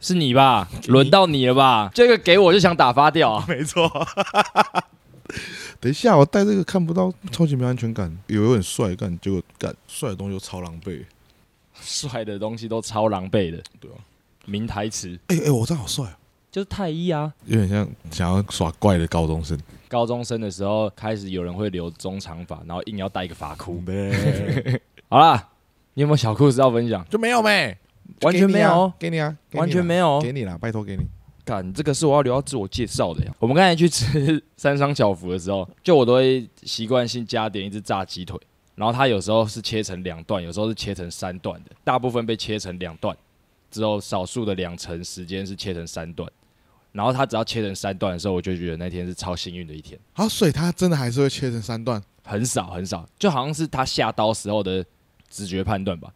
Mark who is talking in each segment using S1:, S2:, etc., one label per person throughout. S1: 是你吧？轮到你了吧？这个给我就想打发掉啊！
S2: 没错。等一下，我戴这个看不到，超级没安全感。以为我很帅，干结果干帅的东西又超狼狈。
S1: 帅的东西都超狼狈的，
S2: 对啊，
S1: 名台词
S2: 哎、哎、我这样好帅、啊，
S1: 就是太医啊。
S2: 有点像想要耍怪的高中生。
S1: 高中生的时候开始有人会留中长发，然后硬要戴一个发箍。好啦，你有没有小故事要分享？
S2: 就没有 没，
S1: 完全没有哦
S2: 给你啊，给你啊
S1: 完全没有哦
S2: 给你啦，拜托给你。
S1: 干，这个是我要留到自我介绍的呀。我们刚才去吃 三商小福的时候，就我都会习惯性加点一只炸鸡腿，然后它有时候是切成两段，有时候是切成三段的，大部分被切成两段，只有少数的两成时间是切成三段。然后它只要切成三段的时候，我就觉得那天是超幸运的一天，
S2: 好，啊所以他真的还是会切成三段。啊
S1: 很少很少，就好像是他下刀时候的直觉判断吧。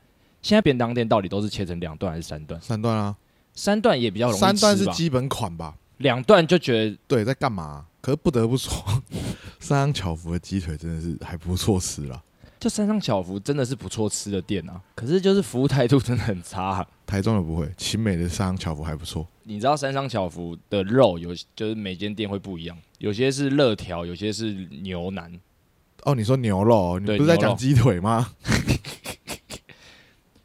S1: 现在便当店到底都是切成两段还是三段？
S2: 三段啊，
S1: 三段也比较容易
S2: 三段
S1: 吃
S2: 是
S1: 吧
S2: 基本款吧？
S1: 两段就觉得
S2: 对，在干嘛、可是不得不说， 三张巧福的鸡腿真的是还不错吃啦。
S1: 就山上小福真的是不错吃的店啊，可是就是服务态度真的很差啊、
S2: 台中的不会，秦美的三张巧福还不错。
S1: 你知道山上小福的肉有，就是每间店会不一样，有些是热条，有些是牛腩。
S2: 哦，你说牛肉，你
S1: 对
S2: 不是在
S1: 牛
S2: 讲
S1: 肉
S2: 鸡腿吗？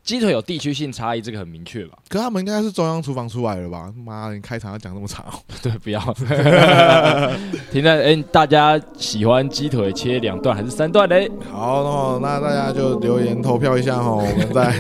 S1: 鸡腿有地区性差异，这个很明确吧？
S2: 可他们应该是中央厨房出来的吧？妈的，你开场要讲这么长哦，
S1: 对，不要 停在哎、大家喜欢鸡腿切两段还是三段嘞？
S2: 好，那那大家就留言投票一下哦，我们 再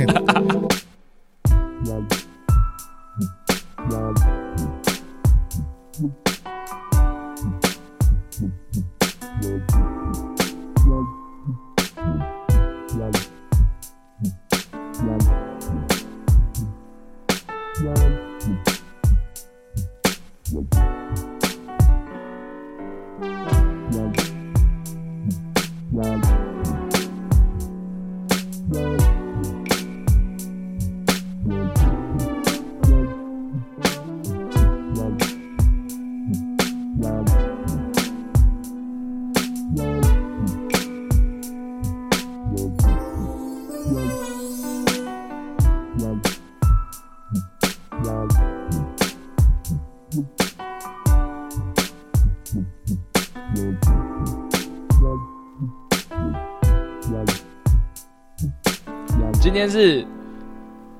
S1: 今天是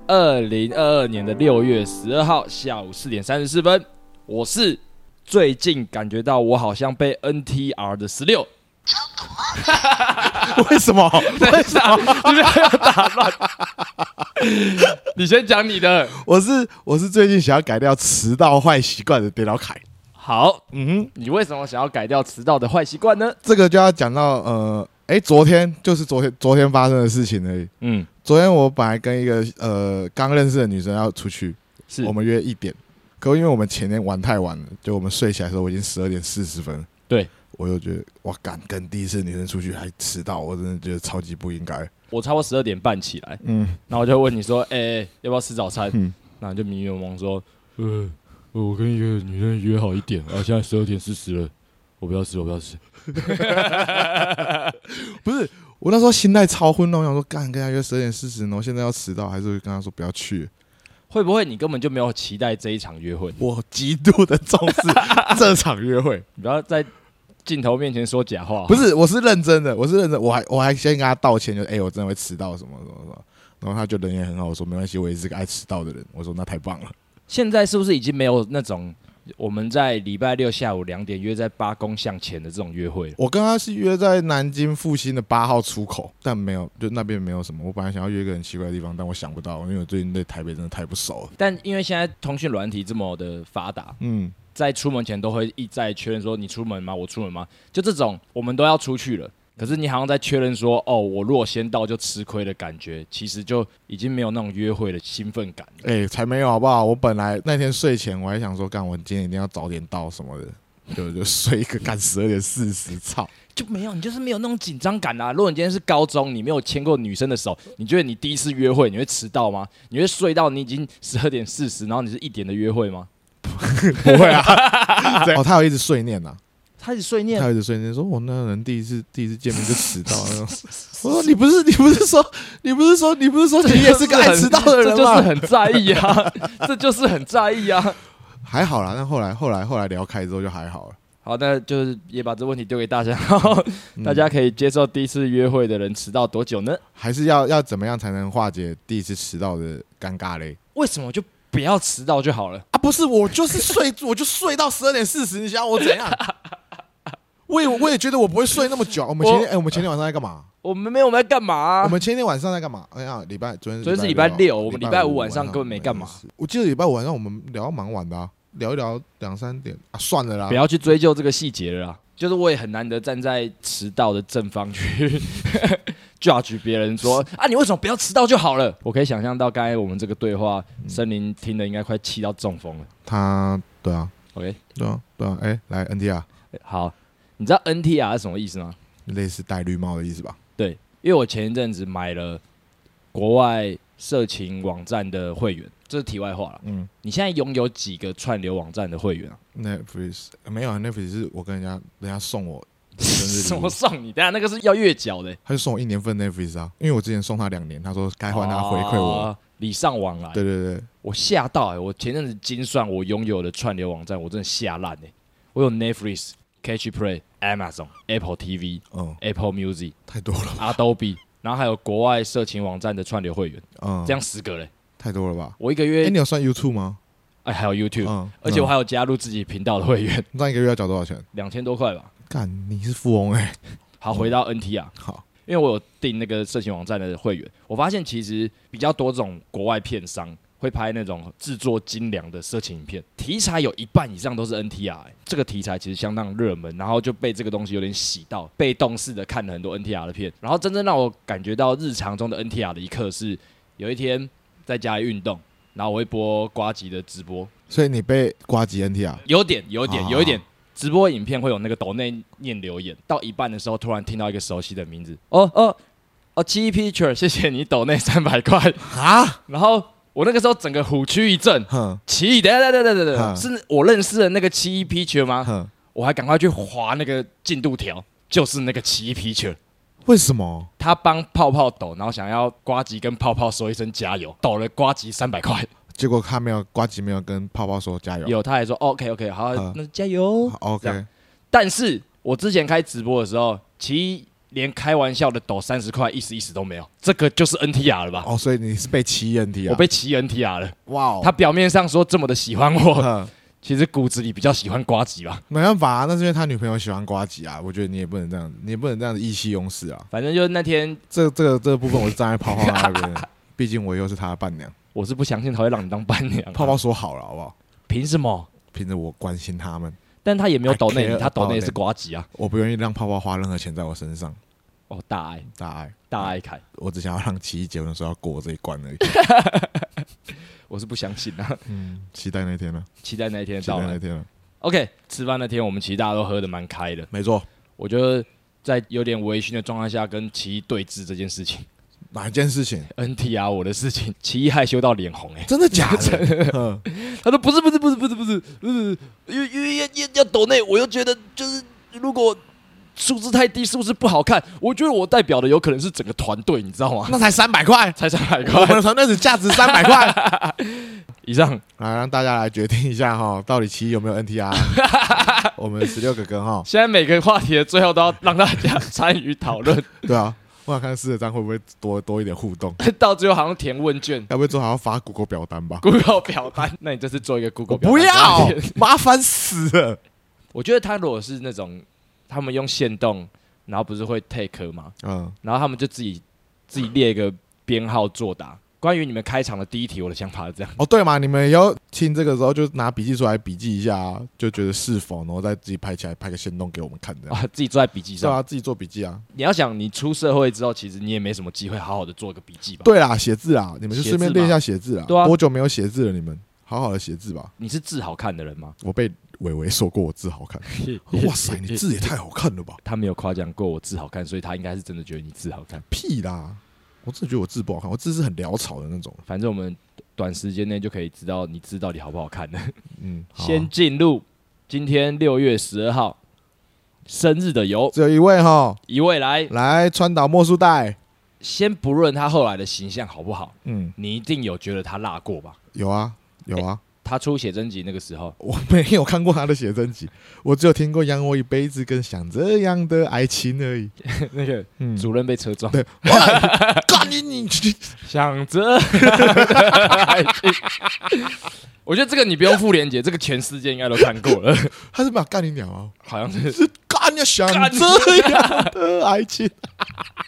S1: 二零二二年的六月十二号下午四点三十四分，我是最近感觉到我好像被 NTR 的十六
S2: 为什么？
S1: 为啥？你不要打乱。你先讲你的。
S2: 我是我是最近想要改掉迟到坏习惯的跌倒凯。
S1: 好，
S2: 嗯哼，
S1: 你为什么想要改掉迟到的坏习惯呢？
S2: 这个就要讲到呃，哎、昨天就是昨天昨天发生的事情而已。
S1: 嗯，
S2: 昨天我本来跟一个呃刚认识的女生要出去，
S1: 是
S2: 我们约一点，可因为我们前天玩太晚了，就我们睡起来的时候我已经十二点四十分了。
S1: 对，
S2: 我就觉得哇，敢跟第一次女生出去还迟到，我真的觉得超级不应该。
S1: 我超过十二点半起来，
S2: 嗯，
S1: 然后我就问你说：“哎、要不要吃早餐？”
S2: 嗯
S1: 然后你就迷迷蒙蒙说：“呃，我跟一个女生约好一点，啊，现在十二点四十了，我不要吃，我不要吃。
S2: 不是，我那时候心态超混乱，我想说干跟她约十二点四十，然后现在要迟到，还是跟她说不要去。”
S1: 会不会你根本就没有期待这一场约会？
S2: 我极度的重 视这场约会，
S1: 你不要在镜头面前说假话。
S2: 不是，我是认真的，我是认真，我还我还先跟她道歉，就哎、我真的会迟到什么什么什么，然后她就人也很好，我说没关系，我也是个爱迟到的人，我说那太棒了。
S1: 现在是不是已经没有那种我们在礼拜六下午两点约在八公巷前的这种约会了。
S2: 我跟他是约在南京复兴的八号出口，但没有，就那边没有什么。我本来想要约一个很奇怪的地方，但我想不到，因为我最近对台北真的太不熟了。
S1: 但因为现在通讯软体这么的发达，
S2: 嗯，
S1: 在出门前都会一再确认说你出门吗？我出门吗？就这种我们都要出去了，可是你好像在确认说哦，我如果先到就吃亏的感觉，其实就已经没有那种约会的兴奋感了。
S2: 哎、才没有好不好？我本来那天睡前我还想说，干，我今天一定要早点到什么的。就就睡一个干十二点四 十，操！
S1: 就没有，你就是没有那种紧张感啦、如果你今天是高中，你没有牵过女生的手，你觉得你第一次约会你会迟到吗？你会睡到你已经十二点四十，然后你是一点的约会吗？
S2: 不会啊，哦，他有一直碎念 呐、
S1: 开始碎
S2: 他
S1: 念，
S2: 有一直碎念说，我那人第一次第一次见面就迟到。然后 我说你不是你不是说你不是说你不是说你也是个爱迟到的
S1: 这
S2: 人
S1: 就是
S2: 吗？
S1: 很在意 啊， 这就是很在意啊。
S2: 还好啦，但后来后来后来聊开之后就还好了。
S1: 好，那就是也把这问题丢给大家，然后
S2: 嗯
S1: 大家可以接受第一次约会的人迟到多久呢？
S2: 还是要要怎么样才能化解第一次迟到的尴尬嘞？
S1: 为什么就不要迟到就好了？
S2: 啊，不是，我就是睡， 我就睡到十二点四十，你想我怎样？我也我也觉得我不会睡那么 久。我们前天哎、我们前天晚上在干嘛？
S1: 我们没有我们在干嘛、啊
S2: 我们前天晚上在干嘛？哎呀，礼拜昨天
S1: 昨天是
S2: 六
S1: 礼拜六
S2: 哦
S1: 我们
S2: 礼
S1: 礼拜五
S2: 五
S1: 晚上根本没干嘛。
S2: 我记得礼拜五晚上我们聊到蛮晚的、啊，聊一聊两三点啊，算了啦
S1: 不。要去追究这个细节了啦。就是我也很难得站在迟到的正方去 judge 别人说啊，你为什么不要迟到就好了？我可以想象到刚才我们这个对话，
S2: 嗯
S1: 森林听的应该快气到中风了。
S2: 他对啊，
S1: OK，
S2: 对啊，对啊，哎、来 NTR，
S1: 好，你知道 NTR 是什么意思吗？
S2: 类似戴绿帽的意思吧？
S1: 对，因为我前一阵子买了国外色情网站的会员，这是题外话了。
S2: 嗯
S1: 你现在拥有几个串流网站的会 员啊？
S2: ，Netflix 没有啊，Netflix 是我跟人家人家送我生 日
S1: 什
S2: 礼物
S1: 么，送你？等下那个是要月缴的、
S2: 他就送我一年份 Netflix 啊，因为我之前送他两年，他说该换他回馈我。
S1: 哦，礼尚往来。
S2: 对对对，
S1: 我吓到哎、我前阵子精算我拥有的串流网站，我真的吓烂哎！我有 Netflix、Catch Play、Amazon、Apple TV、
S2: 嗯，
S1: Apple Music、
S2: 太多了，
S1: Adobe，然后还有国外色情网站的串流会员，
S2: 嗯，
S1: 这样十个嘞。
S2: 太多了吧？
S1: 我一个
S2: 哎、
S1: 月
S2: 你有算 YouTube 吗？
S1: 哎还有 YouTube，
S2: 嗯，
S1: 而且我
S2: 还
S1: 还有加入自己频道的会员，
S2: 那一个月要缴多少钱？
S1: 两千多块吧。
S2: 干，你是富翁哎、
S1: 好，回到 NT 啊，
S2: 好，
S1: 因为我有订那个色情网站的会员，我发现其实比较多这种国外片商会拍那种制作精良的色情影片，题材有一半以上都是 NTR，、欸、这个题材其实相当热门，然后就被这个东西有点洗到，被动式的看了很多 NTR 的片，然后真正让我感觉到日常中的 NTR 的一刻是，有一天在家里运动，然后我会播瓜吉的直播，
S2: 所以你被瓜吉 NT 啊？
S1: 有点，有点，
S2: 啊
S1: 有一点。直播影片会有那个抖内念留言，到一半的时候突然听到一个熟悉的名字，哦哦哦，七一 picture，谢谢你抖内三百块。
S2: 啊，
S1: 然后我那个时候整个虎躯一震，
S2: 哼
S1: 奇异，等一下等一下等一下等一下，
S2: 嗯
S1: 是我认识的那个七一 picture 吗？
S2: 哼，
S1: 我还赶快去划那个进度条，就是那个奇异 picture。
S2: 为什么？
S1: 他帮泡泡抖，然后想要瓜吉跟泡泡说一声加油，抖了瓜吉三百块。
S2: 结果他没有瓜吉没有跟泡泡说加油。
S1: 有，他还说 OK OK，好
S2: 嗯，
S1: 那加油
S2: 好。
S1: 这
S2: ，OK，
S1: 样但是我之前开直播的时候，其一连开玩笑的抖三十块一时一时都没有，这个就是 NTR 了吧？
S2: 哦，所以你是被七 NT 啊？
S1: 我被骑 NTR 了。
S2: 哇哦，
S1: 他表面上说这么的喜欢我，
S2: 哼
S1: 其实骨子里比较喜欢瓜吉吧。
S2: 没办法啊，那是因为他女朋友喜欢瓜吉啊。我觉得你也不能这样，你也不能这样子意气用事啊。
S1: 反正就是那天
S2: 这这个这个部分，我是站在泡泡那边的，毕竟我又是他的伴娘。
S1: 我是不相信他会让你当伴娘啊，
S2: 泡泡说好了，好不好？
S1: 凭什么？
S2: 凭着我关心他们，
S1: 但他也没有抖内
S2: I care
S1: 你，他抖
S2: about
S1: 内
S2: them
S1: 是瓜吉啊。
S2: 我不愿意让泡泡花任何钱在我身上。
S1: 哦，大爱
S2: 大爱，
S1: 大爱凯，
S2: 我只想要让奇艺结婚的时候要过我这一关而已。
S1: 我是不相信啊。
S2: 嗯，期待那一天了，
S1: 期待那一天
S2: 期待
S1: 到
S2: 那
S1: 来
S2: 一。天了。
S1: OK，吃饭那天我们其实大家都喝的蛮开的，
S2: 没错，
S1: 我觉得在有点微醺的状态下跟奇一对峙这件事情。
S2: 哪一件事情？
S1: NTR 我的事情， 奇艺害羞到脸红哎、
S2: 真的假的？嗯
S1: 他说不是不是不是不是不是不是，因为因为要要要抖内，我又觉得就是如果数字太低，数字不好看，我觉得我代表的有可能是整个团队，你知道吗？
S2: 那才三百块，
S1: 才三 百
S2: 我们
S1: 块
S2: 的团队只价值三百块。
S1: 以上，
S2: 来，让大家来决定一下哈，到底奇艺有没有 NTR？我们十六个哥哈，
S1: 现在每个话题的最后都要让大家参与讨论。
S2: 对啊，我想看四合章会不会多多一点互动，
S1: 到最后好像填问卷
S2: 要不然最后还要发 Google 表单吧？
S1: ，Google 表单。 那你这次做一个 Google
S2: 我
S1: 表单
S2: 不要
S1: 给他填，
S2: 麻烦死了。
S1: 我觉得他如果是那种他们用线动，然后不是会 take 吗？
S2: 嗯，
S1: 然后他们就自己自己列一个编号作答。关于你们开场的第一题，我的想法是这样。
S2: 哦对嘛，你们也要听这个时候就拿笔记出来笔记一下啊，就觉得是否，然后再自己拍起来拍个线动给我们看这样。
S1: 啊， 自己坐在笔记
S2: 是
S1: 上。
S2: 啊，自己做笔记啊。
S1: 你要想，你出社会之后，其实你也没什么机会好好的做个笔记吧？，
S2: 对啦，写字啊，你们就顺便练一下写字啊。
S1: 对啊
S2: 多久没有写字了？你们好好的写字吧。
S1: 你是字好看的人吗？
S2: 我被伟伟说过我字好看， 哇塞，你字也太好看了吧？
S1: 他没有夸奖过我字好看，所以他应该是真的觉得你字好看。
S2: 屁啦！我真的觉得我字不好看，我字是很潦草的那种。
S1: 反正我们短时间内就可以知道你字到底好不好看的。
S2: 嗯，好啊
S1: 先进入今天六月十二号生日的有
S2: 只有一位哈，
S1: 一位来，
S2: 来川岛莫树代。
S1: 先不论他后来的形象好不好，
S2: 嗯，
S1: 你一定有觉得他辣过吧？
S2: 有啊，有啊，
S1: 他出写真集那个时候，
S2: 我没有看过他的写真集，我只有听过《养我一辈子》跟《想这样的爱情》而已。
S1: 那个
S2: 嗯，
S1: 主任被车撞，
S2: 对哇干你你你
S1: 想着， 我觉得这个你不用附链接，这个全世界应该都看过了，
S2: 他是把干你鸟啊！
S1: 好像是。
S2: 是干你想
S1: 干
S2: 这样的爱情，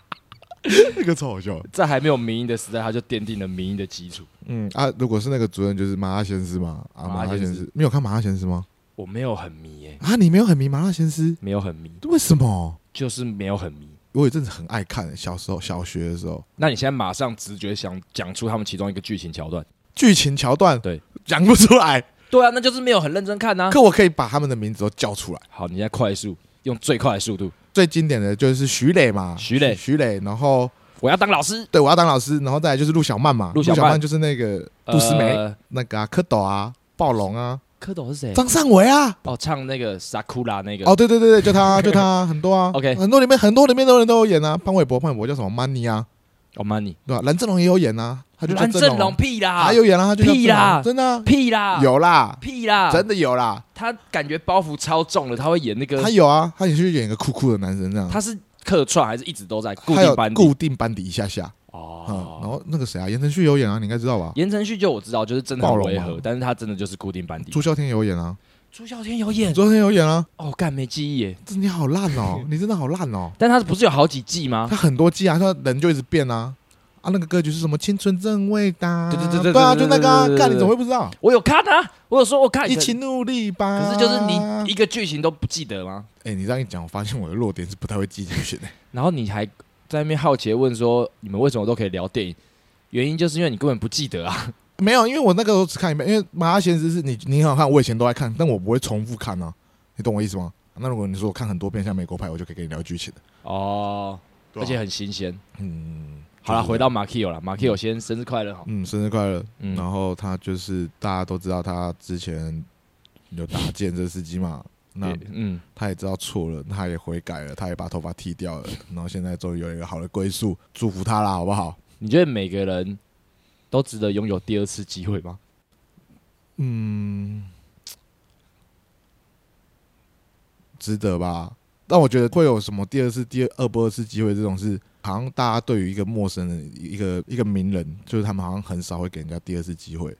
S2: 那个超好笑的。
S1: 在还没有民音的时代，他就奠定了民音的基础。
S2: 嗯啊，如果是那个主任，就是麻辣鲜师嘛。啊，
S1: 麻辣
S2: 麻辣
S1: 鲜
S2: 鲜
S1: 师
S2: 师，你有看麻辣鲜师吗？
S1: 我没有很迷耶、
S2: 啊，你没有很迷麻辣鲜师，
S1: 没有很迷，
S2: 为什么？
S1: 就是没有很迷。
S2: 我有一阵子很爱看，小时候小学的时候，
S1: 那你现在马上直觉想讲出他们其中一个剧情桥段？
S2: 剧情桥段
S1: 对
S2: 讲不 出来，
S1: 对啊，那就是没有很认真看呐、
S2: 可我可以把他们的名字都叫出来。
S1: 好，你现在快速用最快的速度，
S2: 最经典的就是徐磊嘛，
S1: 徐磊
S2: 徐磊，然后
S1: 我要当老师。
S2: 对我要当老师，然后再来就是陆小曼嘛，
S1: 陆
S2: 陆
S1: 小曼
S2: 小曼就是那个杜思梅，
S1: 呃
S2: 那个啊蝌蚪啊，暴龙啊，
S1: 蝌蚪是谁？
S2: 张善伟啊，
S1: 哦，唱那个《Sakura》那个。
S2: 哦，对对对对，就 他啊，就他啊，很多啊
S1: OK
S2: 很多里面很多里面都有人都有演啊，潘玮柏，潘玮柏叫什么 Money 啊，
S1: 哦，Money。
S2: 对吧？蓝正龙也有演啊，他就叫
S1: 蓝正龙
S2: 龙，
S1: 屁啦，
S2: 他有演啊，他就叫
S1: 屁
S2: 正龙
S1: 啦
S2: 真的啊
S1: 屁啦，
S2: 有啦，
S1: 屁啦，
S2: 真的有啦，
S1: 他感觉包袱超重了，他会演那个
S2: 他，有啊，他也是演一个酷酷的男生这样，
S1: 他是客串还是一直都在固
S2: 他有
S1: 定班底
S2: 固定班底一下下，嗯，然
S1: 哦。
S2: 后那个谁啊，言承旭有演啊，你应该知道吧？
S1: 言承旭就我知道，就是真的很
S2: 暴龙
S1: 违
S2: 嘛
S1: 和，但是他真的就是固定班底
S2: 朱。孝天有演啊，
S1: 朱孝天有演
S2: 朱孝天有演啊，
S1: 哦，干没记忆耶，
S2: 这你好烂 哦，你真的好烂哦，
S1: 但他不是有好几季吗
S2: 他？很多季啊，他人就一直变啊。啊，那个歌曲是什么？青春正味达，
S1: 对对对对
S2: 对啊，
S1: 对
S2: 就
S1: 对
S2: 那个
S1: 对
S2: 啊
S1: 对对对，
S2: 干你怎么会不知道？
S1: 我有看啊，我有说我看，
S2: 一起啊努力吧。
S1: 可是就是你一个剧情都不记得吗？
S2: 哎、你这样一讲，我发现我的弱点是不太会记剧情的、
S1: 然后你还在那边好奇地问说，你们为什么都可以聊电影？原因就是因为你根本不记得啊。
S2: 没有，因为我那个时候只看一遍，因为《麻辣鲜师》是你你很好看，我以前都爱看，但我不会重复看啊，你懂我意思吗？那如果你说我看很多遍像美国派，我就可以跟你聊剧情的。
S1: 哦，
S2: 对
S1: 而
S2: 啊
S1: 且很新鲜。
S2: 嗯，
S1: 好了，
S2: 就是
S1: 回到马 Q 了，马 Q 先生日快乐哈。
S2: 嗯，生日快乐。
S1: 嗯
S2: 然后他就是大家都知道他之前有打健身司 机嘛，那
S1: 也嗯，
S2: 他也知道错了，他也悔改了，他也把头发剃掉了，然后现在终于有一个好的归宿，祝福他啦，好不好？
S1: 你觉得每个人都值得拥有第二次机会吗？
S2: 嗯，值得吧？但我觉得会有什么第二次、第二二不二次机会这种事，好像大家对于一个陌生人、一个一个名人，就是他们好像很少会给人家第二次机会，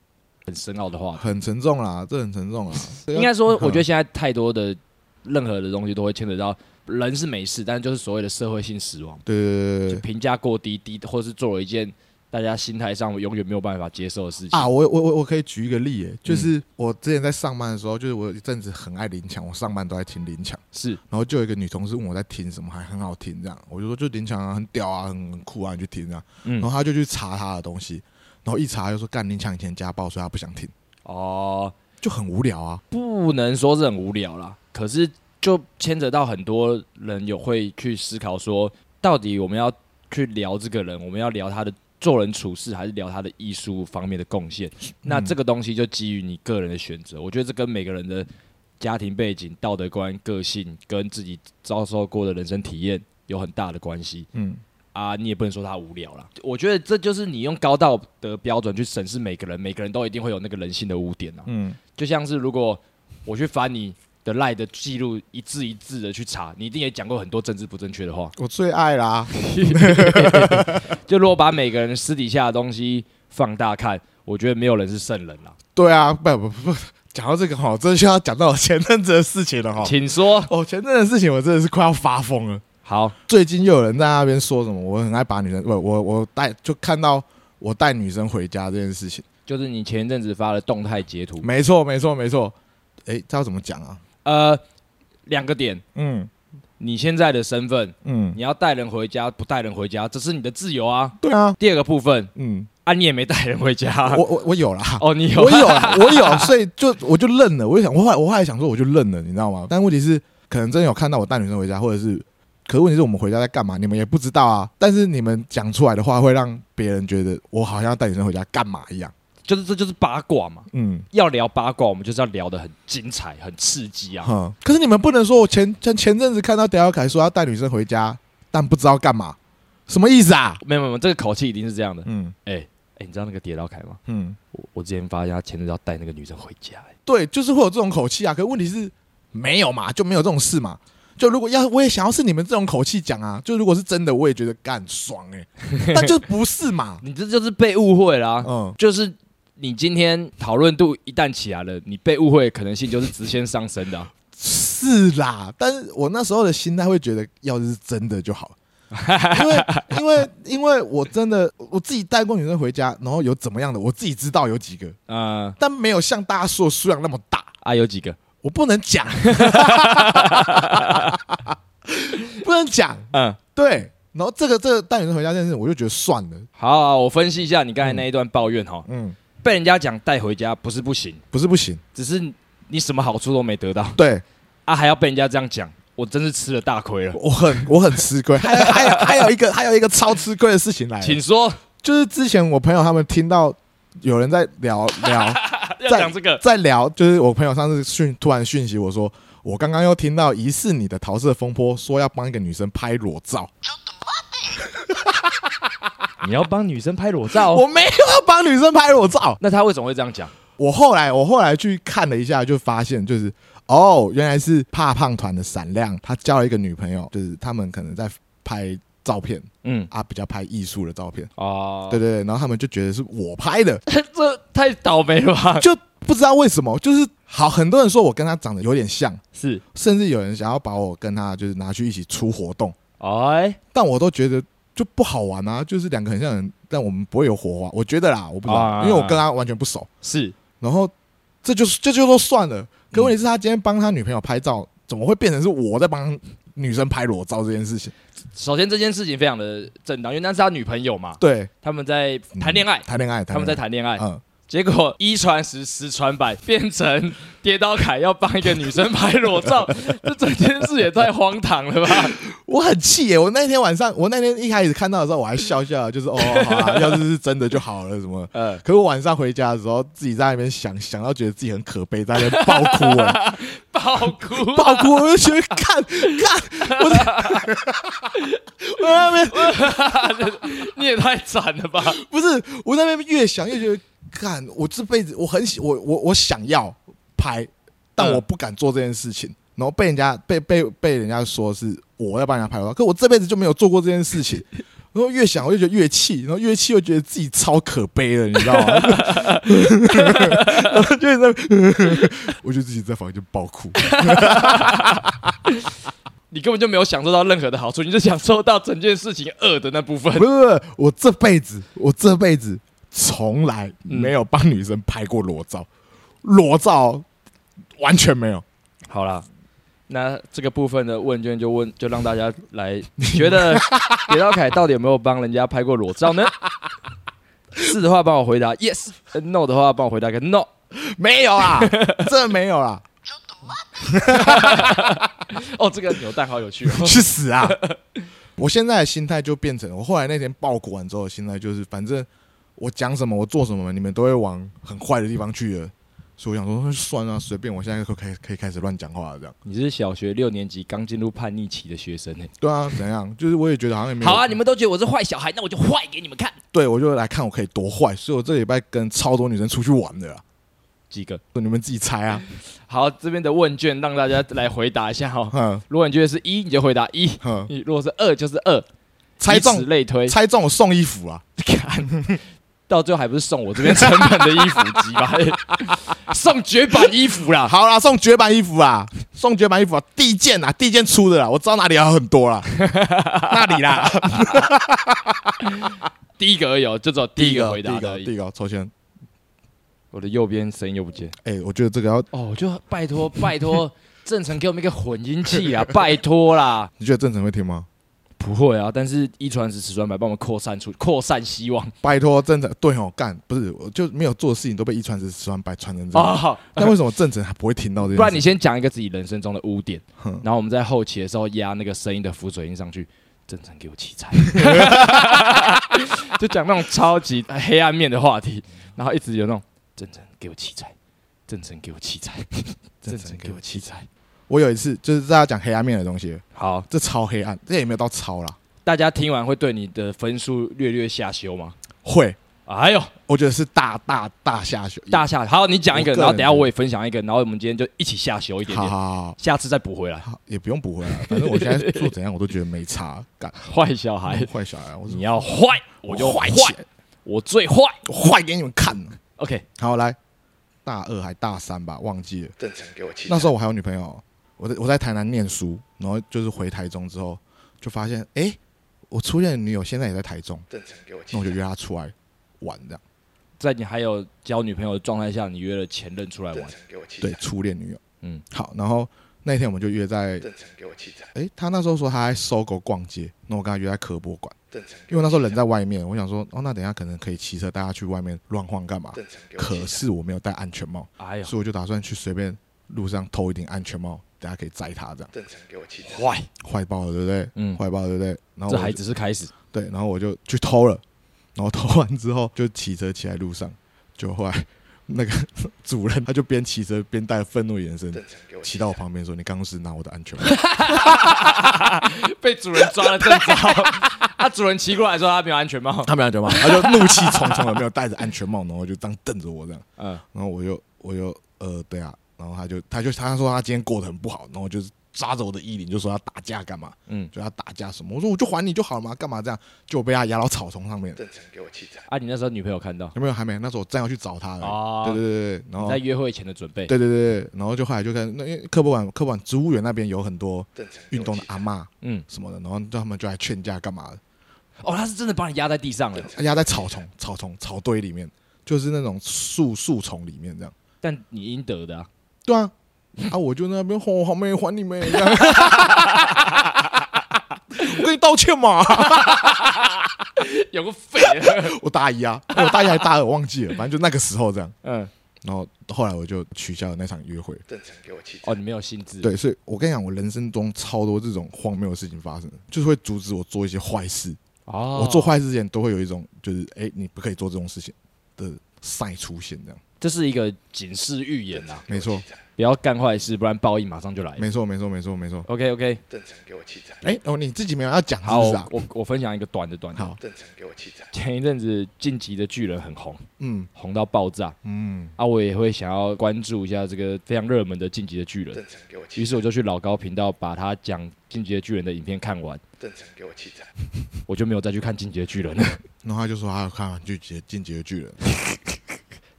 S1: 很深奥的话题，
S2: 很沉重啦，这很沉重 啦。
S1: 哦
S2: 啊嗯
S1: 应该说，我觉得
S2: 得
S1: 现在太多的任何的东西都会牵扯到人是没事，但就是所谓的社会性死亡，
S2: 对对对
S1: 就
S2: 对对
S1: 评价过低低，或是做了一件大家心态上永远没有办法接受的事情
S2: 啊！我我我我可以举一个例、欸，
S1: 嗯
S2: 就是我之前在上班的时候，就是我有一阵子很爱林强，我上班都在听林强。
S1: 是
S2: 然后就有一个女同事问我在听什么，还很好听这样，我就说就林强啊，很屌啊，很很酷啊，你去听这样。
S1: 嗯
S2: 然后他就去查他的东西，然后一查就说干林强以前家暴，所以他不想听，
S1: 哦、
S2: 就很无聊啊。
S1: 不能说是很无聊啦，可是就牵扯到很多人有会去思考说，到底我们要去聊这个人，我们要聊他的做人处事，还是聊他的艺术方面的贡献？那这个东西就基于你个人的选择，我觉得这跟每个人的家庭背景、道德观、个性跟自己遭受过的人生体验有很大的关系
S2: 嗯，
S1: 啊。你也不能说他无聊啦，我觉得这就是你用高道德标准去审视每个人，每个人都一定会有那个人性的污点啊。
S2: 嗯
S1: 就像是如果我去翻你的赖的记录一字一字的去查，你一定也讲过很多政治不正确的话。
S2: 我最爱啦，
S1: 就如果把每个人私底下的东西放大看，我觉得没有人是圣人啦。
S2: 对啊，不不不，讲到这个哈，真的需要讲到我前阵子的事情了哈。
S1: 请说。
S2: 哦，前阵子的事情我真的是快要发疯了。
S1: 好，
S2: 最近又有人在那边说什么，我很爱把女生，不，我我带就看到我带女生回家这件事情。
S1: 就是你前一阵子发了动态截图，
S2: 没错，没错，没错。诶，这要怎么讲啊？
S1: 呃，两个点，
S2: 嗯
S1: 你现在的身份，
S2: 嗯，
S1: 你要带人回家，不带人回家，这是你的自由啊。
S2: 对啊，
S1: 第二个部分，
S2: 嗯，
S1: 啊，你也没带人回家，
S2: 我我我有啦。
S1: 哦，你有
S2: 我有，我有，所以就我就认了。我就想，我后来我后来想说，我就认了，你知道吗？但问题是，可能真的有看到我带女生回家，或者是，可是问题是我们回家在干嘛，你们也不知道啊。但是你们讲出来的话，会让别人觉得我好像要带女生回家干嘛一样。
S1: 就是这就是八卦嘛。
S2: 嗯，
S1: 要聊八卦，我们就是要聊得很精彩、很刺激啊。
S2: 哼。可是你们不能说我前前前阵子看到屌小凯说要带女生回家，但不知道干嘛，什么意思啊？
S1: 没有没有，没有这个口气一定是这样的。
S2: 嗯
S1: 哎、哎、你知道那个跌倒凯吗？
S2: 嗯，
S1: 我我之前发现他前阵子要带那个女生回家、哎
S2: 对，就是会有这种口气啊。可是问题是没有嘛，就没有这种事嘛。就如果要，我也想要是你们这种口气讲啊。就如果是真的，我也觉得干爽 哎、但就不是嘛。
S1: 你这就是被误会啦、
S2: 嗯，
S1: 就是你今天讨论度一旦起来了，你被误会的可能性就是直线上升的啊、
S2: 是啦。但是我那时候的心态会觉得，要是真的就好了。因为因为因为我真的我自己带过女生回家，然后有怎么样的，我自己知道有几个，
S1: 嗯
S2: 但没有像大家说的数量那么大。
S1: 啊，有几个？
S2: 我不能讲， 不能讲。
S1: 嗯，
S2: 对，然后这个这个带女生回家这件事，我就觉得算了，
S1: 好好好我分析一下你刚才那一段抱怨哈、
S2: 嗯，
S1: 被人家讲带回家不是不行，
S2: 不是不行，
S1: 只是你什么好处都没得到
S2: 对
S1: 啊，还要被人家这样讲，我真是吃了大亏了。
S2: 我很我很吃亏。还有还有还有一个还有一个超吃亏的事情来了，
S1: 请说，
S2: 就是之前我朋友他们听到有人在聊 聊
S1: 要讲这个，
S2: 在聊，就是我朋友上次讯突然讯息我说，我刚刚又听到疑似你的桃色风波，说要帮一个女生拍裸照，
S1: 你要帮女生拍裸 照、
S2: 我没有要帮女生拍裸照，
S1: 那他为什么会这样讲？
S2: 我后来我后来去看了一下，就发现就是哦，原来是怕胖团的闪亮，他交了一个女朋友，就是他们可能在拍照片
S1: 嗯，
S2: 啊，比较拍艺术的照片，
S1: 哦，
S2: 对对对，然后他们就觉得是我拍的，
S1: 这太倒霉了吧？
S2: 就不知道为什么，就是好很多人说我跟他长得有点像，
S1: 是，
S2: 甚至有人想要把我跟他就是拿去一起出活动，
S1: 哎，
S2: 但我都觉得。就不好玩啊，就是两个很像人，但我们不会有火花。我觉得啦，我不知道，
S1: 啊
S2: 因为我跟他完全不熟。
S1: 是，
S2: 然后这就是这就都算了，可
S1: 嗯
S2: 问题是，他今天帮他女朋友拍照，怎么会变成是我在帮女生拍裸照这件事情？
S1: 首先这件事情非常的正当，因为那是他女朋友嘛，
S2: 对，
S1: 他们在嗯谈恋爱，啊
S2: 谈恋爱，
S1: 他们在
S2: 谈
S1: 谈恋爱
S2: 恋，爱，嗯，
S1: 结果一传十，十传百，变成跌倒凯要帮一个女生拍裸 照，这整件事也太荒唐了 吧？
S2: 我很气耶！我那天晚上，我那天一开始看到的时候，我还笑笑，就是 哦，好啊，要是是真的就好了，什么。
S1: 呃，
S2: 可我晚上回家的时候，自己在那边想，想到觉得自己很可悲，在那边爆哭哎、
S1: 爆哭，
S2: 爆哭！我就觉得看看，我在 我在那边
S1: 你也太惨了吧？
S2: 不是，我在那边越想越觉得，看我这辈子我很喜我我我想要拍，但
S1: 嗯
S2: 我不敢做这件事情，然后被人家被被被人家说是我在帮人家拍的话，可我这辈子就没有做过这件事情。然后越想我就觉得越气，然后越气又觉得自己超可悲了，你知道吗？ 然后就在，我就自己在 房间爆哭。
S1: 你根本就没有享受到任何的好处，你就享受到整件事情恶的那部分
S2: 不。是不是，我这辈子我这辈子从来
S1: 嗯
S2: 没有帮女生拍过裸照，裸照完全没有。
S1: 好啦，那这个部分的问卷就问，就让大家来，你觉 得铁道凯到底有没有帮人家拍过裸照呢？ 是的话，帮我回答 yes；呃 no 的话，帮我回答个 no。
S2: 没有
S1: 啊
S2: 啦，真的没有啦，
S1: 哦，这个扭蛋好有趣哦。
S2: 去死啊！我现在的心态就变成，我后来那天爆哭完之后的心态就是，反正我讲什么，我做什么，你们都会往很坏的地方去的。所以我想说，算了、随便，我现在可以开可以开始乱讲话了，这样
S1: 你是小学六年级刚进入叛逆期的学生呢、
S2: 对啊，怎样？就是我也觉得好像也没有
S1: 好啊，你们都觉得我是坏小孩，那我就坏给你们看。
S2: 对我就来看我可以多坏，所以我这礼拜跟超多女生出去玩的啦，啊
S1: 几个？
S2: 你们自己猜啊。
S1: 好，这边的问卷让大家来回答一下哦。
S2: 哼
S1: 如果你觉得是一，你就回答一；
S2: 哼，
S1: 你如果是二，就是二。
S2: 猜
S1: 以此
S2: 中
S1: 类推，
S2: 猜中我送衣服啊，
S1: 看，到最后还不是送我这边成 本的衣服机吧？ 送绝版衣服啦！
S2: 好啦，送绝版衣服啊，送绝版衣服啊，地件啊，地件出的啦，我知道哪里还有很多啦，那里啦，
S1: 第一个而已哦，就只有 第一个回
S2: 第
S1: 答
S2: 一
S1: 的而
S2: 个，第
S1: 已。
S2: 一个抽签。
S1: 我的右边声音又不见
S2: 哎，我觉得这个要，
S1: 哦，我就拜托拜托郑成给我们一个混音器 啊，拜托啦！
S2: 你觉得郑成会听吗？
S1: 不会啊，但是一传十，十传百，帮我们扩散出扩散希 望
S2: 拜托郑成，对哦，干不是，我就没有做的事情都被一传十，十传百，传成这样。
S1: 啊！
S2: 但为什么郑成还不会听到这件事？
S1: 不然你先讲一个自己人生中的污点，
S2: 哼
S1: 然后我们在后期的时候压那个声音的浮水音上去，郑成给我奇才， 就讲那种超级黑暗面的话题，然后一直有那种郑成给我奇才，郑成给我奇才， 郑成给我奇才。
S2: 我有一次就是大家讲黑暗面的东西，
S1: 好，
S2: 这超黑暗，这也没有到超啦，
S1: 大家听完会对你的分数略略下修吗？
S2: 会，
S1: 哎呦，
S2: 我觉得是大大大下雪，
S1: 大下好，你讲一个，
S2: 我个人
S1: 然后等一下我也分享一个，然后我们今天就一起下修一点
S2: 好
S1: 点，
S2: 好好
S1: 下次再补回来。
S2: 好，也不用补回来，反正我现在做怎样我都觉得没差，干
S1: 坏小孩，
S2: 嗯坏小孩，我是
S1: 你要坏我就坏
S2: 坏，起来
S1: 我最坏。
S2: 我坏给你们看呢。
S1: OK，
S2: 好，来，大二还大三吧，忘记了。
S3: 正常给我气。
S2: 那时候我还有女朋友，我在我在台南念书，然后就是回台中之后，就发现哎、诶我初恋的女友现在也在台中，
S3: 正常给我气
S2: 那。我就约她出来玩，这样
S1: 在你还有交女朋友的状态下，你约了前任出来玩
S3: 正，常给我气。
S2: 对，初恋女友，
S1: 嗯
S2: 嗯，好，然后那天我们就约在，
S3: 正常给我气场。
S2: 哎、她那时候说她在搜狗逛街，那我跟她约在科博馆，
S3: 正常
S2: 因为我那时候人在外面，我想说，哦，那等一下可能可以骑车带她去外面乱晃干嘛？
S3: 正常给我气
S2: 可是我没有戴安全帽，
S1: 哎呦，
S2: 所以我就打算去随便路上偷一顶安全帽，等下可以摘她这样，
S3: 正常给我气场。
S1: 坏，
S2: 坏爆了对不对？
S1: 嗯，
S2: 坏爆了对不对？然后
S1: 这
S2: 我
S1: 还
S2: 就
S1: 只是开始，
S2: 对，然后我就去偷了，然后偷完之后就骑车骑在路上，就后来 那个主任他就边骑车边带愤怒眼神
S3: 正常给我
S2: 骑
S3: 气
S2: 到
S3: 场
S2: 我。旁边说：“你刚刚是拿我的安 全帽。
S1: 被主人抓了正 着。啊，主人骑过来说他没有安全帽”，
S2: 他没有安全帽，他就怒气冲冲的没有戴着安全帽，然后就这样瞪着我这样，
S1: 嗯，
S2: 然后我就我就呃对啊，然后他就他就他说他今天过得很不好，然后我就是抓着我的衣领就说要打架干嘛，
S1: 嗯
S2: 嗯，就要打架什么，我说我就还你就好了嘛，干嘛这样，就被他压到草丛上面，
S3: 正常给我气场。
S1: 啊，你那时候女朋友看到
S2: 有没有还没？那时候我正要去找他了，
S1: 啊，
S2: 对对对对，然后
S1: 在约会前的准备，
S2: 哦对对对，对然后就后来就跟那因为科博馆科博馆植物园那边有很多
S3: 正常给
S2: 运
S3: 我
S2: 动的
S3: 气
S2: 阿
S3: 场。
S2: 嬷
S1: 嗯，
S2: 什么的，然后他们就来劝架干嘛的，
S1: 哦，他是真的把你压在地上了，
S2: 压在草丛草丛草堆里面，就是那种树树丛里面这样。
S1: 但你应得的啊，
S2: 对啊，啊我就在那边吼我好妹还你们，这样 我跟你道歉嘛。
S1: 有个废，
S2: 我大一啊，我大一还大二我忘记了，反正就那个时候这样。
S1: 嗯，
S2: 然后后来我就取消了那场约会。
S3: 正常给我气场。
S1: 哦，你没有兴致，，
S2: 对，所以我跟你讲，我人生中超多这种荒谬的事情发生，就是会阻止我做一些坏事。
S1: 哦，
S2: 我做，坏事之前都会有一种就是哎、诶你不可以做这种事情的赛出现，这样
S1: 这是一个警示预言呐，
S2: 没错，
S1: 不要干坏事，不然报应马上就来了。
S2: 没错，没错，没错，没错。
S1: OK OK，
S3: 正常给我气场。
S2: 哎、哦，你自己没有要讲是
S1: 好，
S2: 不是啊
S1: 我？我我分享一个短的短的，
S2: 好，
S3: 正常给我气场。
S1: 前一阵子《晋级的巨人》很红，
S2: 嗯
S1: 红到爆炸
S2: 嗯，
S1: 啊！我也会想要关注一下这个非常热门的《晋级的巨人》，
S3: 正常给我
S1: 于
S3: 气
S1: 是
S3: 场。
S1: 我就去老高频道把他讲《晋级的巨人》的影片看完，
S3: 正常给我气场。
S1: 我就没有再去看《晋级的巨人》了。
S2: 然后他就说他有看完《进击进击的巨人》，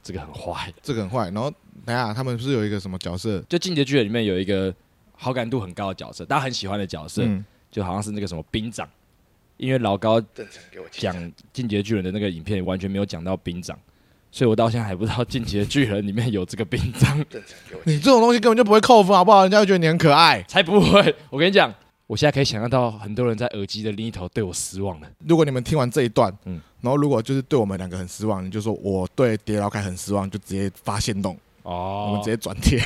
S1: 这个很坏，
S2: 这个很坏。然后等一下他们是不是有一个什么角色？
S1: 就《晋级的巨人》里面有一个好感度很高的角色，大家很喜欢的角色，
S2: 嗯
S1: 就好像是那个什么兵长，因为老高
S3: 正常给我气
S1: 讲
S3: 场。
S1: 《进击的巨人》的那个影片完全没有讲到兵长，所以我到现在还不知道《进击的巨人》里面有这个兵长。
S3: 正常给我
S2: 你这种东西根本就不会扣分，好不好？人家会觉得你很可爱。
S1: 才不会！我跟你讲，我现在可以想象到很多人在耳机的另一头对我失望了。
S2: 如果你们听完这一段，
S1: 嗯
S2: 嗯，然后如果就是对我们两个很失望，你就说我对叠老凯很失望，就直接发现动，我
S1: 哦
S2: 们直接转贴。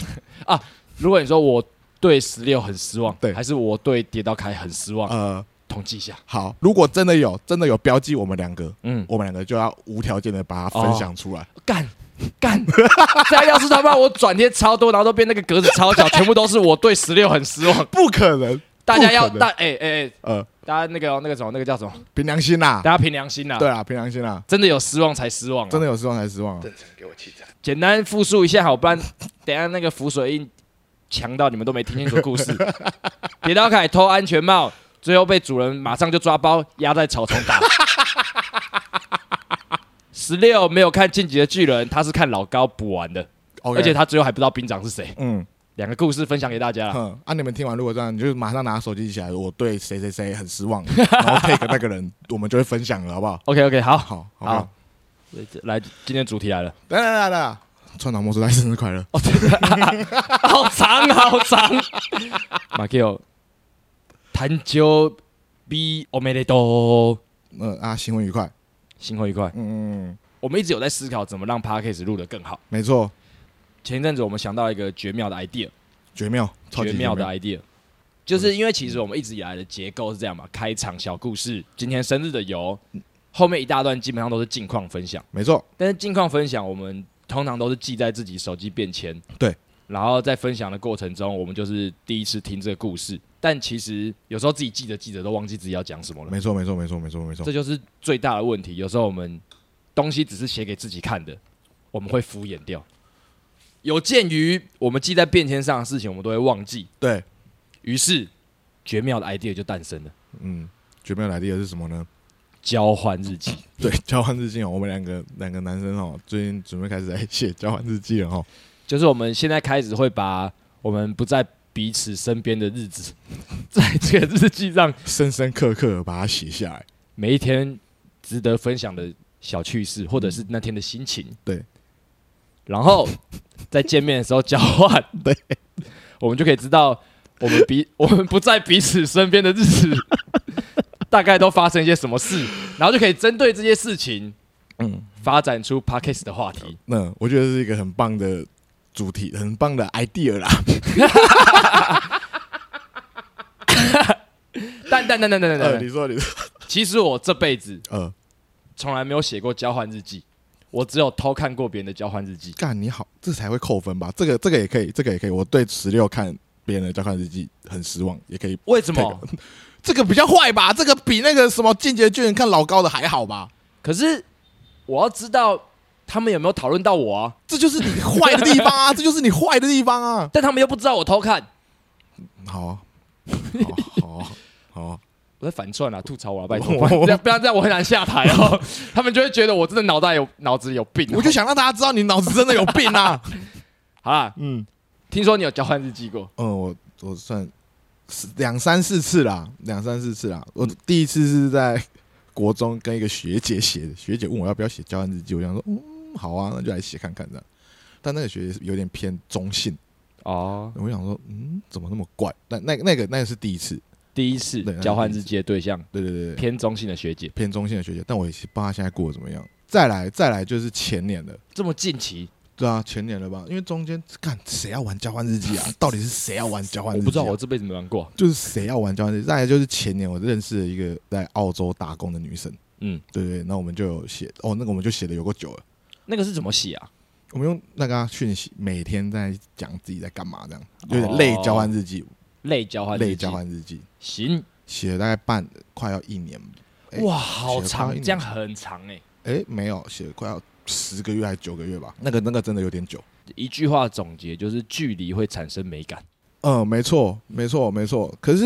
S1: 如果你说我对十六很失望，
S2: 对
S1: 还是我对跌倒凯很失望，
S2: 呃，
S1: 统计一下。
S2: 好，如果真的有真的有标记我们两个，
S1: 嗯，
S2: 我们两个就要无条件的把它分享出来。
S1: 干干， 再要是他妈我转贴超多，然后都变那个格子超小，全部都是我对十六很失望。
S2: 不可能，
S1: 大家要
S2: 不可能
S1: 大哎哎哎，
S2: 呃，
S1: 大家那个那个什么那个叫什么？
S2: 凭良心啦，
S1: 大家哦凭良心啦，啊
S2: 对，啦，啊凭良心啦，
S1: 真的有失望才失望啊，
S2: 真的有失望才失望啊。
S3: 正常给我气炸，
S1: 简单复述一下好，不然 等一下那个浮水印强到你们都没听清楚故 事。铁刀凯偷安全帽，最后被主人马上就抓包，压在草丛打。十六没有看《晋级的巨人》，他是看老高补完的
S2: OK，
S1: 而且他最后还不知道兵长是谁。
S2: 嗯
S1: 两个故事分享给大家啦。
S2: 哼，啊，你们听完如果这样，你就马上拿手机起来，我对谁谁谁很 失望，然后 take 那个人，我们就会分享了，好不好？
S1: OK OK，好，
S2: 好，好不
S1: 好
S2: 好，
S1: 来，今天主题来了，
S2: 来来来来来，川岛莫时代生日快乐！
S1: 好长好长。 马 Q，谈酒 B おめでとう，
S2: 嗯啊，新婚愉快，
S1: 新婚愉快。
S2: 嗯，嗯，
S1: 我们一直有在思考怎么让 podcast 录得更好。
S2: 没错，
S1: 前一阵子我们想到一个绝妙的 idea，
S2: 绝妙，超级
S1: 绝妙的 idea，就是因为其实我们一直以来的结构是这样嘛，开场小故事，今天生日的由，后面一大段基本上都是近况分享。
S2: 没错，
S1: 但是近况分享我们通常都是记在自己手机便签，
S2: 对。
S1: 然后在分享的过程中，我们就是第一次听这个故事，但其实有时候自己记着记着都忘记自己要讲什么了，
S2: 没错，没错，没错，没错，没错
S1: 这，就是最大的问题。有时候我们东西只是写给自己看的，我们会敷衍掉。有鉴于我们记在便签上的事情，我们都会忘记，
S2: 对，
S1: 于是绝妙的 idea 就诞生了
S2: 嗯，绝妙的 idea 是什么呢？
S1: ——交换日 记。
S2: 对，交换日记哦，我们两个两个男生哦，最近准备开始在写交换日记了哦。
S1: 就是我们现在开始会把我们不在彼此身边的日 子，在这个日记上
S2: 深深刻刻地把它写下来。
S1: 每一天值得分享的小趣事，或者是那天的心情。
S2: 嗯对，
S1: 然后在见面的时候交换，
S2: 对，
S1: 我们就可以知道我们彼 我们不在彼此身边的日 子，大概都发生一些什么事，然后就可以针对这些事情
S2: 嗯，
S1: 发展出 podcast 的话题。
S2: 那我觉得是一个很棒的主题，很棒的 idea 啦。
S1: 但但但但但但
S2: 呃，你
S1: 但，
S2: 说，你说，
S1: 其实我这辈子
S2: 呃，
S1: 从来没有写过交换日记，我只有偷看过别人的交换日记。
S2: 干你好，这才会扣分吧？这个，这个也可以，这个也可以。我对十六看别人的交换日记很失望，也可以。
S1: 为什么？
S2: 这个比较坏吧？这个比那个什么进阶巨人看老高的还好吧？
S1: 可是我要知道他们有没有讨论到我啊？
S2: 这就是你坏的地方啊！ 这就是你坏的地 方啊！
S1: 但他们又不知道我偷看，
S2: 好啊，好啊，好啊，好啊。
S1: 我在反串啊，吐槽我啊，拜托，
S2: 我
S1: 不然这样不然这样我很难下台哦。 他们就会觉得我真的脑袋有脑子有病、啊
S2: 我就，想让大家知道你脑子真的有病啊！
S1: 好啦，
S2: 嗯。
S1: 听说你有交换日记过，
S2: 嗯，我我算是两三四次啦，两三四次啦。我
S1: 嗯
S2: 第一次是在国中跟一个学姐写的，学姐问我要不要写交换日记，我想说，嗯，好啊，那就来写看看这样。但那个学姐是有点偏中性，
S1: 哦，
S2: 我想说，嗯，怎么那么怪？那那那个那个是第一次，
S1: 第一次
S2: 对
S1: 交换日记的对象
S2: 对对对对，
S1: 偏中性的学姐，
S2: 偏中性的学姐。但我也不知道她现在过得怎么样。再来再来就是前年的，
S1: 这么近期，
S2: 对啊，前年了吧？因为中间看谁要玩交换日记啊？到底是谁要玩交换日
S1: 我
S2: 记啊、
S1: 不知道我这辈子没玩过，
S2: 就是谁要玩交换日记？再来就是前年我认识了一个在澳洲打工的女生，
S1: 嗯，
S2: 对对，对那我们就有写哦，那个我们就写的有够久了，
S1: 那个是怎么写啊？
S2: 我们用那个啊讯息每天在讲自己在干嘛，这样有点类交换日记，
S1: 类交哦换日记，
S2: 类交换日记，
S1: 行，
S2: 写了大概半快要一年，哎
S1: 哇，好
S2: 写了快一
S1: 长，
S2: 年
S1: 这样很长哎、
S2: 哎，没有写了快要十个月还是九个月吧？那个那个真的有点久。
S1: 一句话总结就是距离会产生美感，
S2: 嗯，没错，没错，没错。可是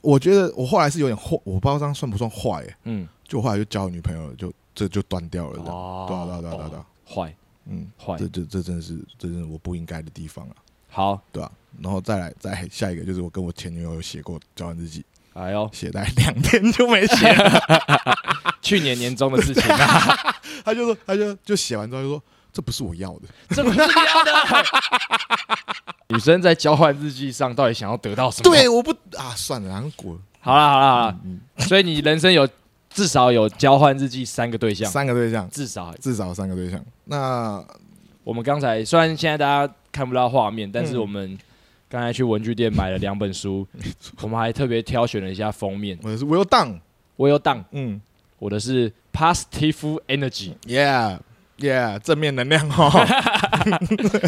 S2: 我觉得我后来是有点坏，我不知道这样算不算坏、哎
S1: 嗯，
S2: 就后来就交女朋友了，就这就断掉了，这样。
S1: 哦
S2: 对啊，对啊，对啊，对啊对啊，
S1: 坏
S2: 嗯。
S1: 坏
S2: 这，这这真的是，这真是我不应该的地方啊，
S1: 好，
S2: 对啊？然后再来，再来下一个就是我跟我前女友有写过交换日记，
S1: 哎呦，
S2: 写大概两天就没 写了。
S1: 去年年中的事情啊，
S2: 他就说，他就就写完之后就说，这不是我要的。
S1: 这不是你要的。 女生在交换日记上到底想要得到什么？
S2: 对，，我不啊，算了，然后果
S1: 好啦好啦好啦，所以你人生有至少有交换日记三个对象，
S2: 三个对象，
S1: 至少
S2: 至少三个对象。那
S1: 我们刚才虽然现在大家看不到画面，但是我们刚才去文具店买了两本书，我们还特别挑选了一下封面。
S2: 我的是 Will Down，
S1: 我有档，
S2: 嗯
S1: 我的是 Positive Energy，
S2: ，Yeah Yeah，正面能量 哦。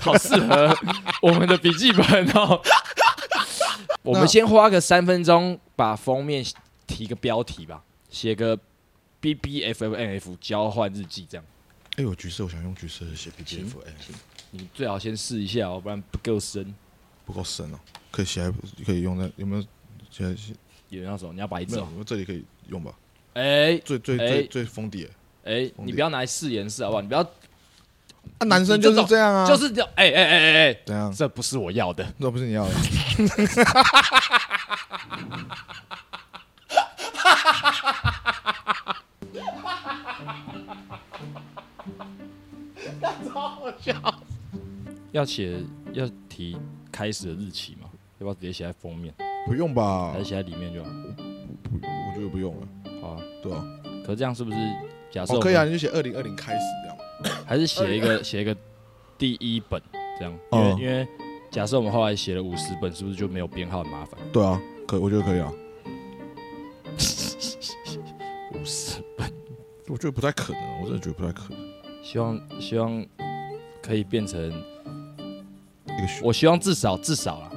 S1: 好适合我们的笔 记本哦。我们先花个三分钟把封面提个标题吧，写个 B B F F M F 交换日记这样。
S2: 哎呦，橘色，我想用橘色的写哎 B B
S1: 行
S2: F A，
S1: 你最好先试一下哦，不然不够深。
S2: 不够深哦，可以写在，可以用在有没有？写在写
S1: 有那种你要白
S2: 没
S1: 纸
S2: 有，
S1: 哦。
S2: 我们这里可以用吧？
S1: 哎
S2: 最最
S1: 哎
S2: 最最封底的，
S1: 哎，
S2: 红
S1: 你
S2: 点
S1: 不要拿来试颜色好不好？你不要
S2: 啊，男生就是这样啊，
S1: 就是这样哎哎哎哎哎，
S2: 怎样？
S1: 这不是我要的。
S2: 那不是你要的，
S1: 要写要提开始的日期嘛？要不要直接写在封面，
S2: 不用吧
S1: 还？是写在里面就好？
S2: 不我觉得不用了，
S1: 好啊。
S2: 对吧？
S1: 可是这样是不是？假设
S2: 哦，
S1: 我
S2: 可以啊，
S1: 们
S2: 你就写二零二零开始这样。
S1: 还是写一个写一个第一本这样，因
S2: 哦
S1: 为因为假设我们后来写了五十本，是不是就没有编号很麻烦？
S2: 对啊，可我觉得可以啊，
S1: 五十，
S2: 我觉得不太可能，我真的觉得不太可能。
S1: 希望希望可以变成，
S2: 一个学
S1: 我希望至少至少啦，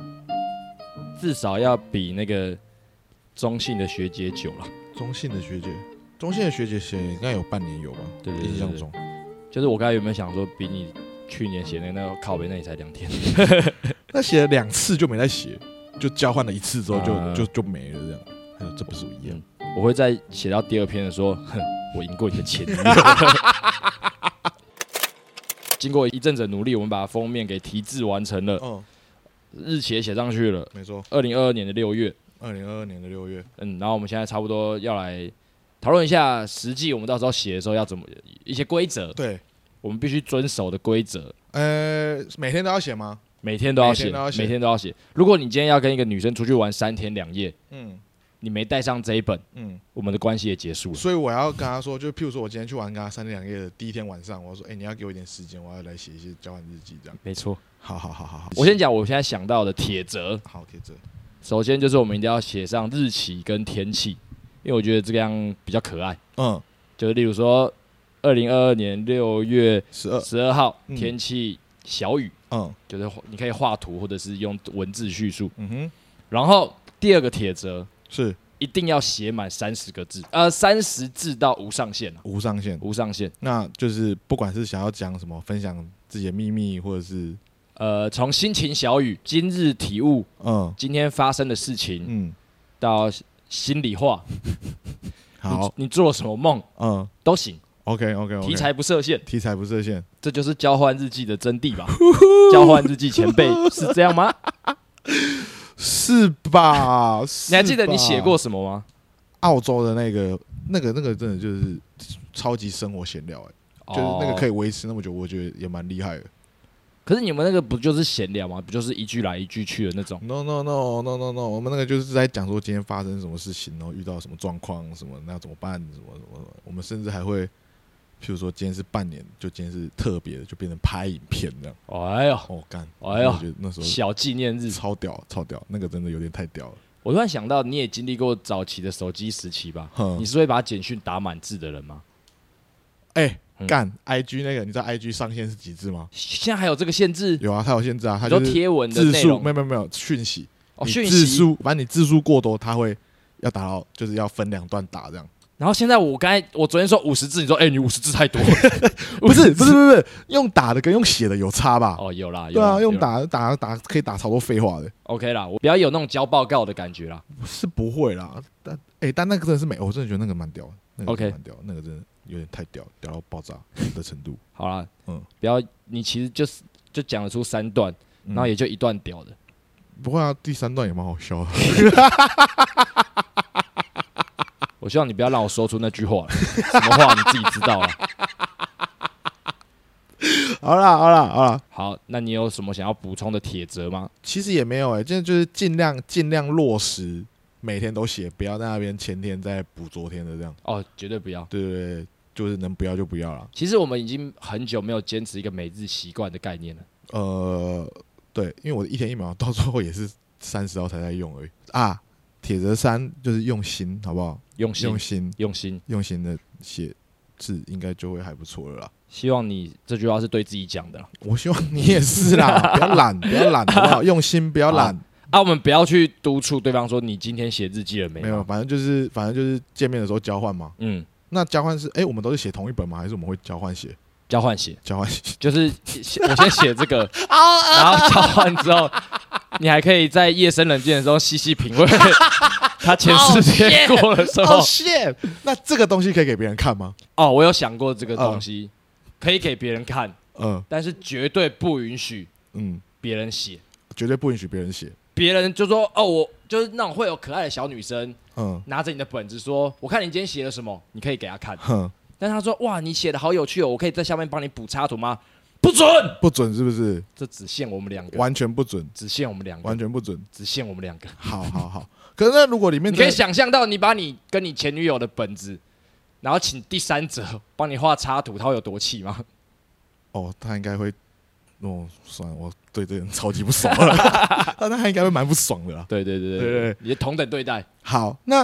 S1: 至少要比那个中性的学姐久了。
S2: 中性的学姐，中性的学姐写应该有半年有吧？
S1: 对对对
S2: 印象中。
S1: 就是我刚才有没有想说，比你去年写那个那个靠背那里才两天，
S2: 那写了两次就没再写，就交换了一次之后就、
S1: 啊
S2: 就就没了这样。还有这不是我一样，
S1: 我会在写到第二篇的时候，哼，我赢过你的 前女友。经过一阵子的努力，我们把封面给提质完成了。
S2: 嗯，
S1: 日期也写上去了，
S2: 没错，
S1: 二零二二年的六月，
S2: 二零二二年的六月，
S1: 嗯，然后我们现在差不多要来讨论一下实际我们到时候写的时候要怎么一些规则，
S2: 对，
S1: 我们必须遵守的规则，
S2: 呃，每天都要写吗？
S1: 每天都要写
S2: 每天都要，写
S1: 每天都要写。如果你今天要跟一个女生出去玩三天两夜，
S2: 嗯
S1: 你没带上这一本，
S2: 嗯，
S1: 我们的关系也结束了。
S2: 所以我要跟他说，就譬如说我今天去玩，跟他三天两夜的第一天晚上，我要说，哎、你要给我一点时间，我要来写一些交换日记，这样。
S1: 没错，
S2: 好好好好好，
S1: 我先讲我现在想到的铁则，
S2: 好可以这，
S1: 首先就是我们一定要写上日期跟天气，因为我觉得这样比较可爱。
S2: 嗯，
S1: 就是例如说，二零二二年六月
S2: 十 二，
S1: 十二号
S2: 嗯
S1: 天气小雨，
S2: 嗯
S1: 就是画你可以画图或者是用文字叙述。
S2: 嗯哼，
S1: 然后第二个铁则
S2: 是
S1: 一定要写满三十个字，呃，三十字到无上限啊，
S2: 无上限。
S1: 无上限。
S2: 那就是不管是想要讲什么，分享自己的秘密，或者是
S1: 呃，从心情小雨、今日体悟、
S2: 嗯
S1: 今天发生的事情
S2: 嗯，
S1: 到心里话，
S2: 好，
S1: 你，你做了什么梦
S2: 嗯
S1: 都行，
S2: ，OK OK OK，
S1: 题材不设限，
S2: 题材不设限，
S1: 这就是交换日记的真谛 吧？交换日记前辈是这样吗？
S2: 是 吧？
S1: 你还记得
S2: 是吧
S1: 你写过什么吗？
S2: 澳洲的那个那个那个真的就是超级生活闲聊、欸，就是那个可
S1: 以。
S2: 以维持那么久，我觉得也蛮厉害的。
S1: 可是你们那个不就是闲聊吗？不就是一句来一句去的那种？
S2: No no no no no no，我们那个就是在讲说今天发生什么事情，然后遇到什么状况，什么那怎么办，什么什么什么。我们甚至还会，譬如说今天是半年，就今天是特别的，就变成拍影片这样。
S1: 哎呦，
S2: 哦，干，
S1: 哎呦
S2: 我觉得那时候
S1: 小纪念日。
S2: 超屌，超屌，那个真的有点太屌了。
S1: 我突然想到，你也经历过早期的手机时期吧？
S2: 哼
S1: 你是会把简讯打满字的人吗？
S2: 哎、
S1: 嗯
S2: 干、IG 那个，你知道 IG 上限是几字吗？
S1: 现在还有这个限制？
S2: 有啊，它有限制啊，它
S1: 你
S2: 就
S1: 说
S2: 是
S1: 贴文的
S2: 字
S1: 内
S2: 数，
S1: 容
S2: 没有没有没有讯息，
S1: 哦，
S2: 你
S1: 讯
S2: 字
S1: 息。
S2: 数，反正你字数过多，它会要打到，就是要分两段打这样。
S1: 然后现在我刚才我昨天说五十字，你说哎、你五十字太 多。
S2: 不是不是不是不是，用打的跟用写的有差吧？
S1: 哦，有啦，有
S2: 对
S1: 啦
S2: 啊，用
S1: 有啦
S2: 打打打可以打超多废话的，
S1: OK 啦，我不要有那种交报告的感觉啦。
S2: 是不会啦。但哎、但那个真的是美，我真的觉得那个蛮屌的，那个
S1: OK
S2: 真的蛮屌的，那个真的有点太屌，屌到 爆炸的程度。
S1: 好啦，嗯
S2: 嗯，
S1: 不要你其实就是就讲得出三段，
S2: 嗯
S1: 然后也就一段屌的。
S2: 不会啊，第三段也蛮好笑的。
S1: 我希望你不要让我说出那句话了，什么话你自己知道了。
S2: 好啦好啦好啦，
S1: 好，那你有什么想要补充的铁则吗？
S2: 其实也没有哎、欸，真的就是尽量尽量落实，每天都写，不要在那边前天再补昨天的这样。
S1: 哦，绝对不要。
S2: 对对对，就是能不要就不要啦。
S1: 其实我们已经很久没有坚持一个每日习惯的概念了。
S2: 呃，对，因为我一天一秒到最后也是三十号才在用而已啊。铁则三就是用心，好不好？
S1: 用心，
S2: 用心，
S1: 用心，
S2: 用心的写字，应该就会还不错了啦。
S1: 希望你这句话是对自己讲的啦。
S2: 我希望你也是啦，不要懒，不要懒，好不好？用心，不要懒。
S1: 啊，我们不要去督促对方说你今天写日记了没
S2: 没有，
S1: 有？
S2: 反正就是反正就是见面的时候交换嘛。
S1: 嗯，
S2: 那交换是哎、我们都是写同一本吗？还是我们会交换写？
S1: 交换写，
S2: 交 换写？
S1: 就是写我先写这个，然后交换之后，你还可以在夜深人静的时候细细品味他前四天过的时候。
S2: Oh shit！那这个东西可以给别人看吗？
S1: 哦，我有想过这个东西，可以给别人看，
S2: 嗯
S1: 但是绝对不允许
S2: 嗯，
S1: 别人写。
S2: 绝对不允许别人写。
S1: 别人就说哦，我就是那种会有可爱的小女生
S2: 嗯
S1: 拿着你的本子说，我看你今天写了什么，你可以给她看。
S2: 哼，
S1: 但她说哇，你写的好有趣哦，我可以在下面帮你补插图吗？不准，
S2: 不准是 不是？
S1: 这只限我们两个，
S2: 完全不准，
S1: 只限我们两个
S2: 完，全不准。
S1: 只限我们两个。
S2: 好好好。可是那如果里面
S1: 你可以
S2: 真的
S1: 想象到，你把你跟你前女友的本子，然后请第三者帮你画插图，她会有多气吗？
S2: 哦，他应该会哦，算了，我对这个人超级不爽了。那他应该会蛮不爽的啦。
S1: 对对对
S2: 对对对
S1: 你的同等对待，
S2: 好，那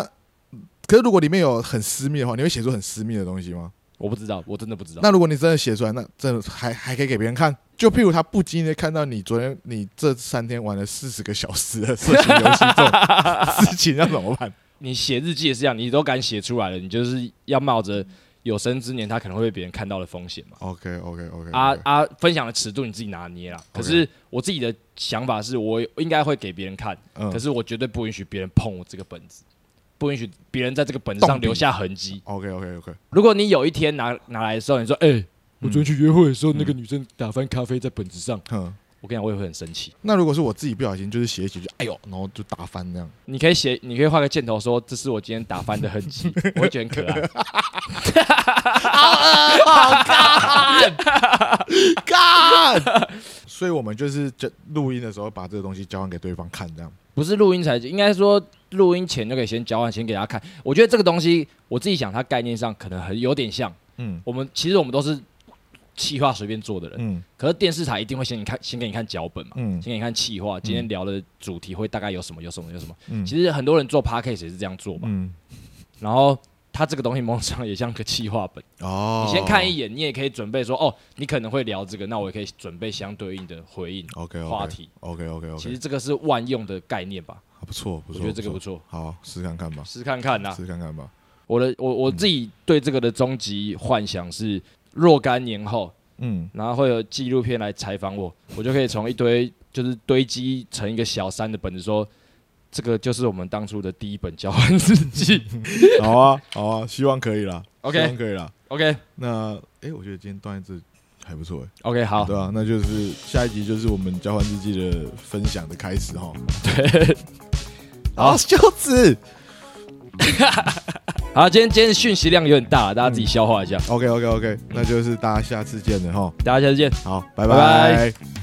S2: 可是如果里面有很私密的话，你会写出很私密的东西吗？
S1: 我不知道，我真的不知道。
S2: 那如果你真的写出来，那真的还还可以给别人看。就譬如他不经意的看到你昨天你这三天玩了四十个小时的色情游戏这种事情，那怎么办？
S1: 你写日记也是这样，你都敢写出来了，你就是要冒着有生之年他可能会被别人看到的风险嘛。
S2: OK OK OK
S1: 啊啊，分享的尺度你自己拿捏啦。可是我自己的想法是我应该会给别人看，
S2: 嗯
S1: 可是我绝对不允许别人碰我这个本子，不允许别人在这个本子上
S2: 动笔
S1: 留下痕迹。
S2: OK OK OK，
S1: 如果你有一天拿拿来的时候，你说：“哎、我昨天去约会的时候，那个女生打翻咖啡在本子上。
S2: 哼。”
S1: 我跟你讲，我也会很生气。
S2: 那如果是我自己不小心，就是写一写就哎呦，然后就打翻那样。
S1: 你可以写，你可以画个箭头说：“这是我今天打翻的痕迹。”我会觉得很可爱。
S2: 干， 所以我们就是就录音的时候把这个东西交换给对方看，这样。
S1: 不是录音才，应该说录音前就可以先交换，先给大家看。我觉得这个东西，我自己想，它概念上可能很有点像
S2: 嗯
S1: 我们，其实我们都是企划随便做的人，
S2: 嗯
S1: 可是电视台一定会先给你看，先给你看脚本嘛，
S2: 嗯
S1: 先给你看企划，今天聊的主题会大概有什么，有什么，有什么。
S2: 嗯
S1: 其实很多人做 podcast 也是这样做嘛，
S2: 嗯，
S1: 然后它这个东西某种程度上也像个企划本，
S2: 哦，
S1: 你先看一眼，你也可以准备说，哦，你可能会聊这个，那我也可以准备相对应的回应。
S2: OK
S1: 话题
S2: OK 哦 OK
S1: 其
S2: OK，
S1: 实这个是万用的概念吧，
S2: 啊不错
S1: 我
S2: 不错，
S1: 觉得这个不错，啊
S2: 好，试看看吧，
S1: 试看看啦。
S2: 试看看吧。
S1: 我的我我自己对这个的终极幻想是，若干年后，
S2: 嗯，
S1: 然后会有纪录片来采访我，我就可以从一堆就是堆积成一个小山的本子说。这个就是我们当初的第一本交换日记。
S2: 好啊好啊，希望可以啦
S1: OK
S2: 希望可以啦。
S1: OK
S2: 那哎，我觉得今天断一次还不错哎，
S1: OK，好，
S2: 对啊，那就是下一集就是我们交换日记的分享的开始哈。
S1: 好
S2: 好，袖 子
S1: 好，今天今天讯息量有点大，大家自己消化一下。
S2: OK OK OK，那就是大家下次见了哈。
S1: 大家下次见。
S2: 好，拜
S1: 拜
S2: 拜。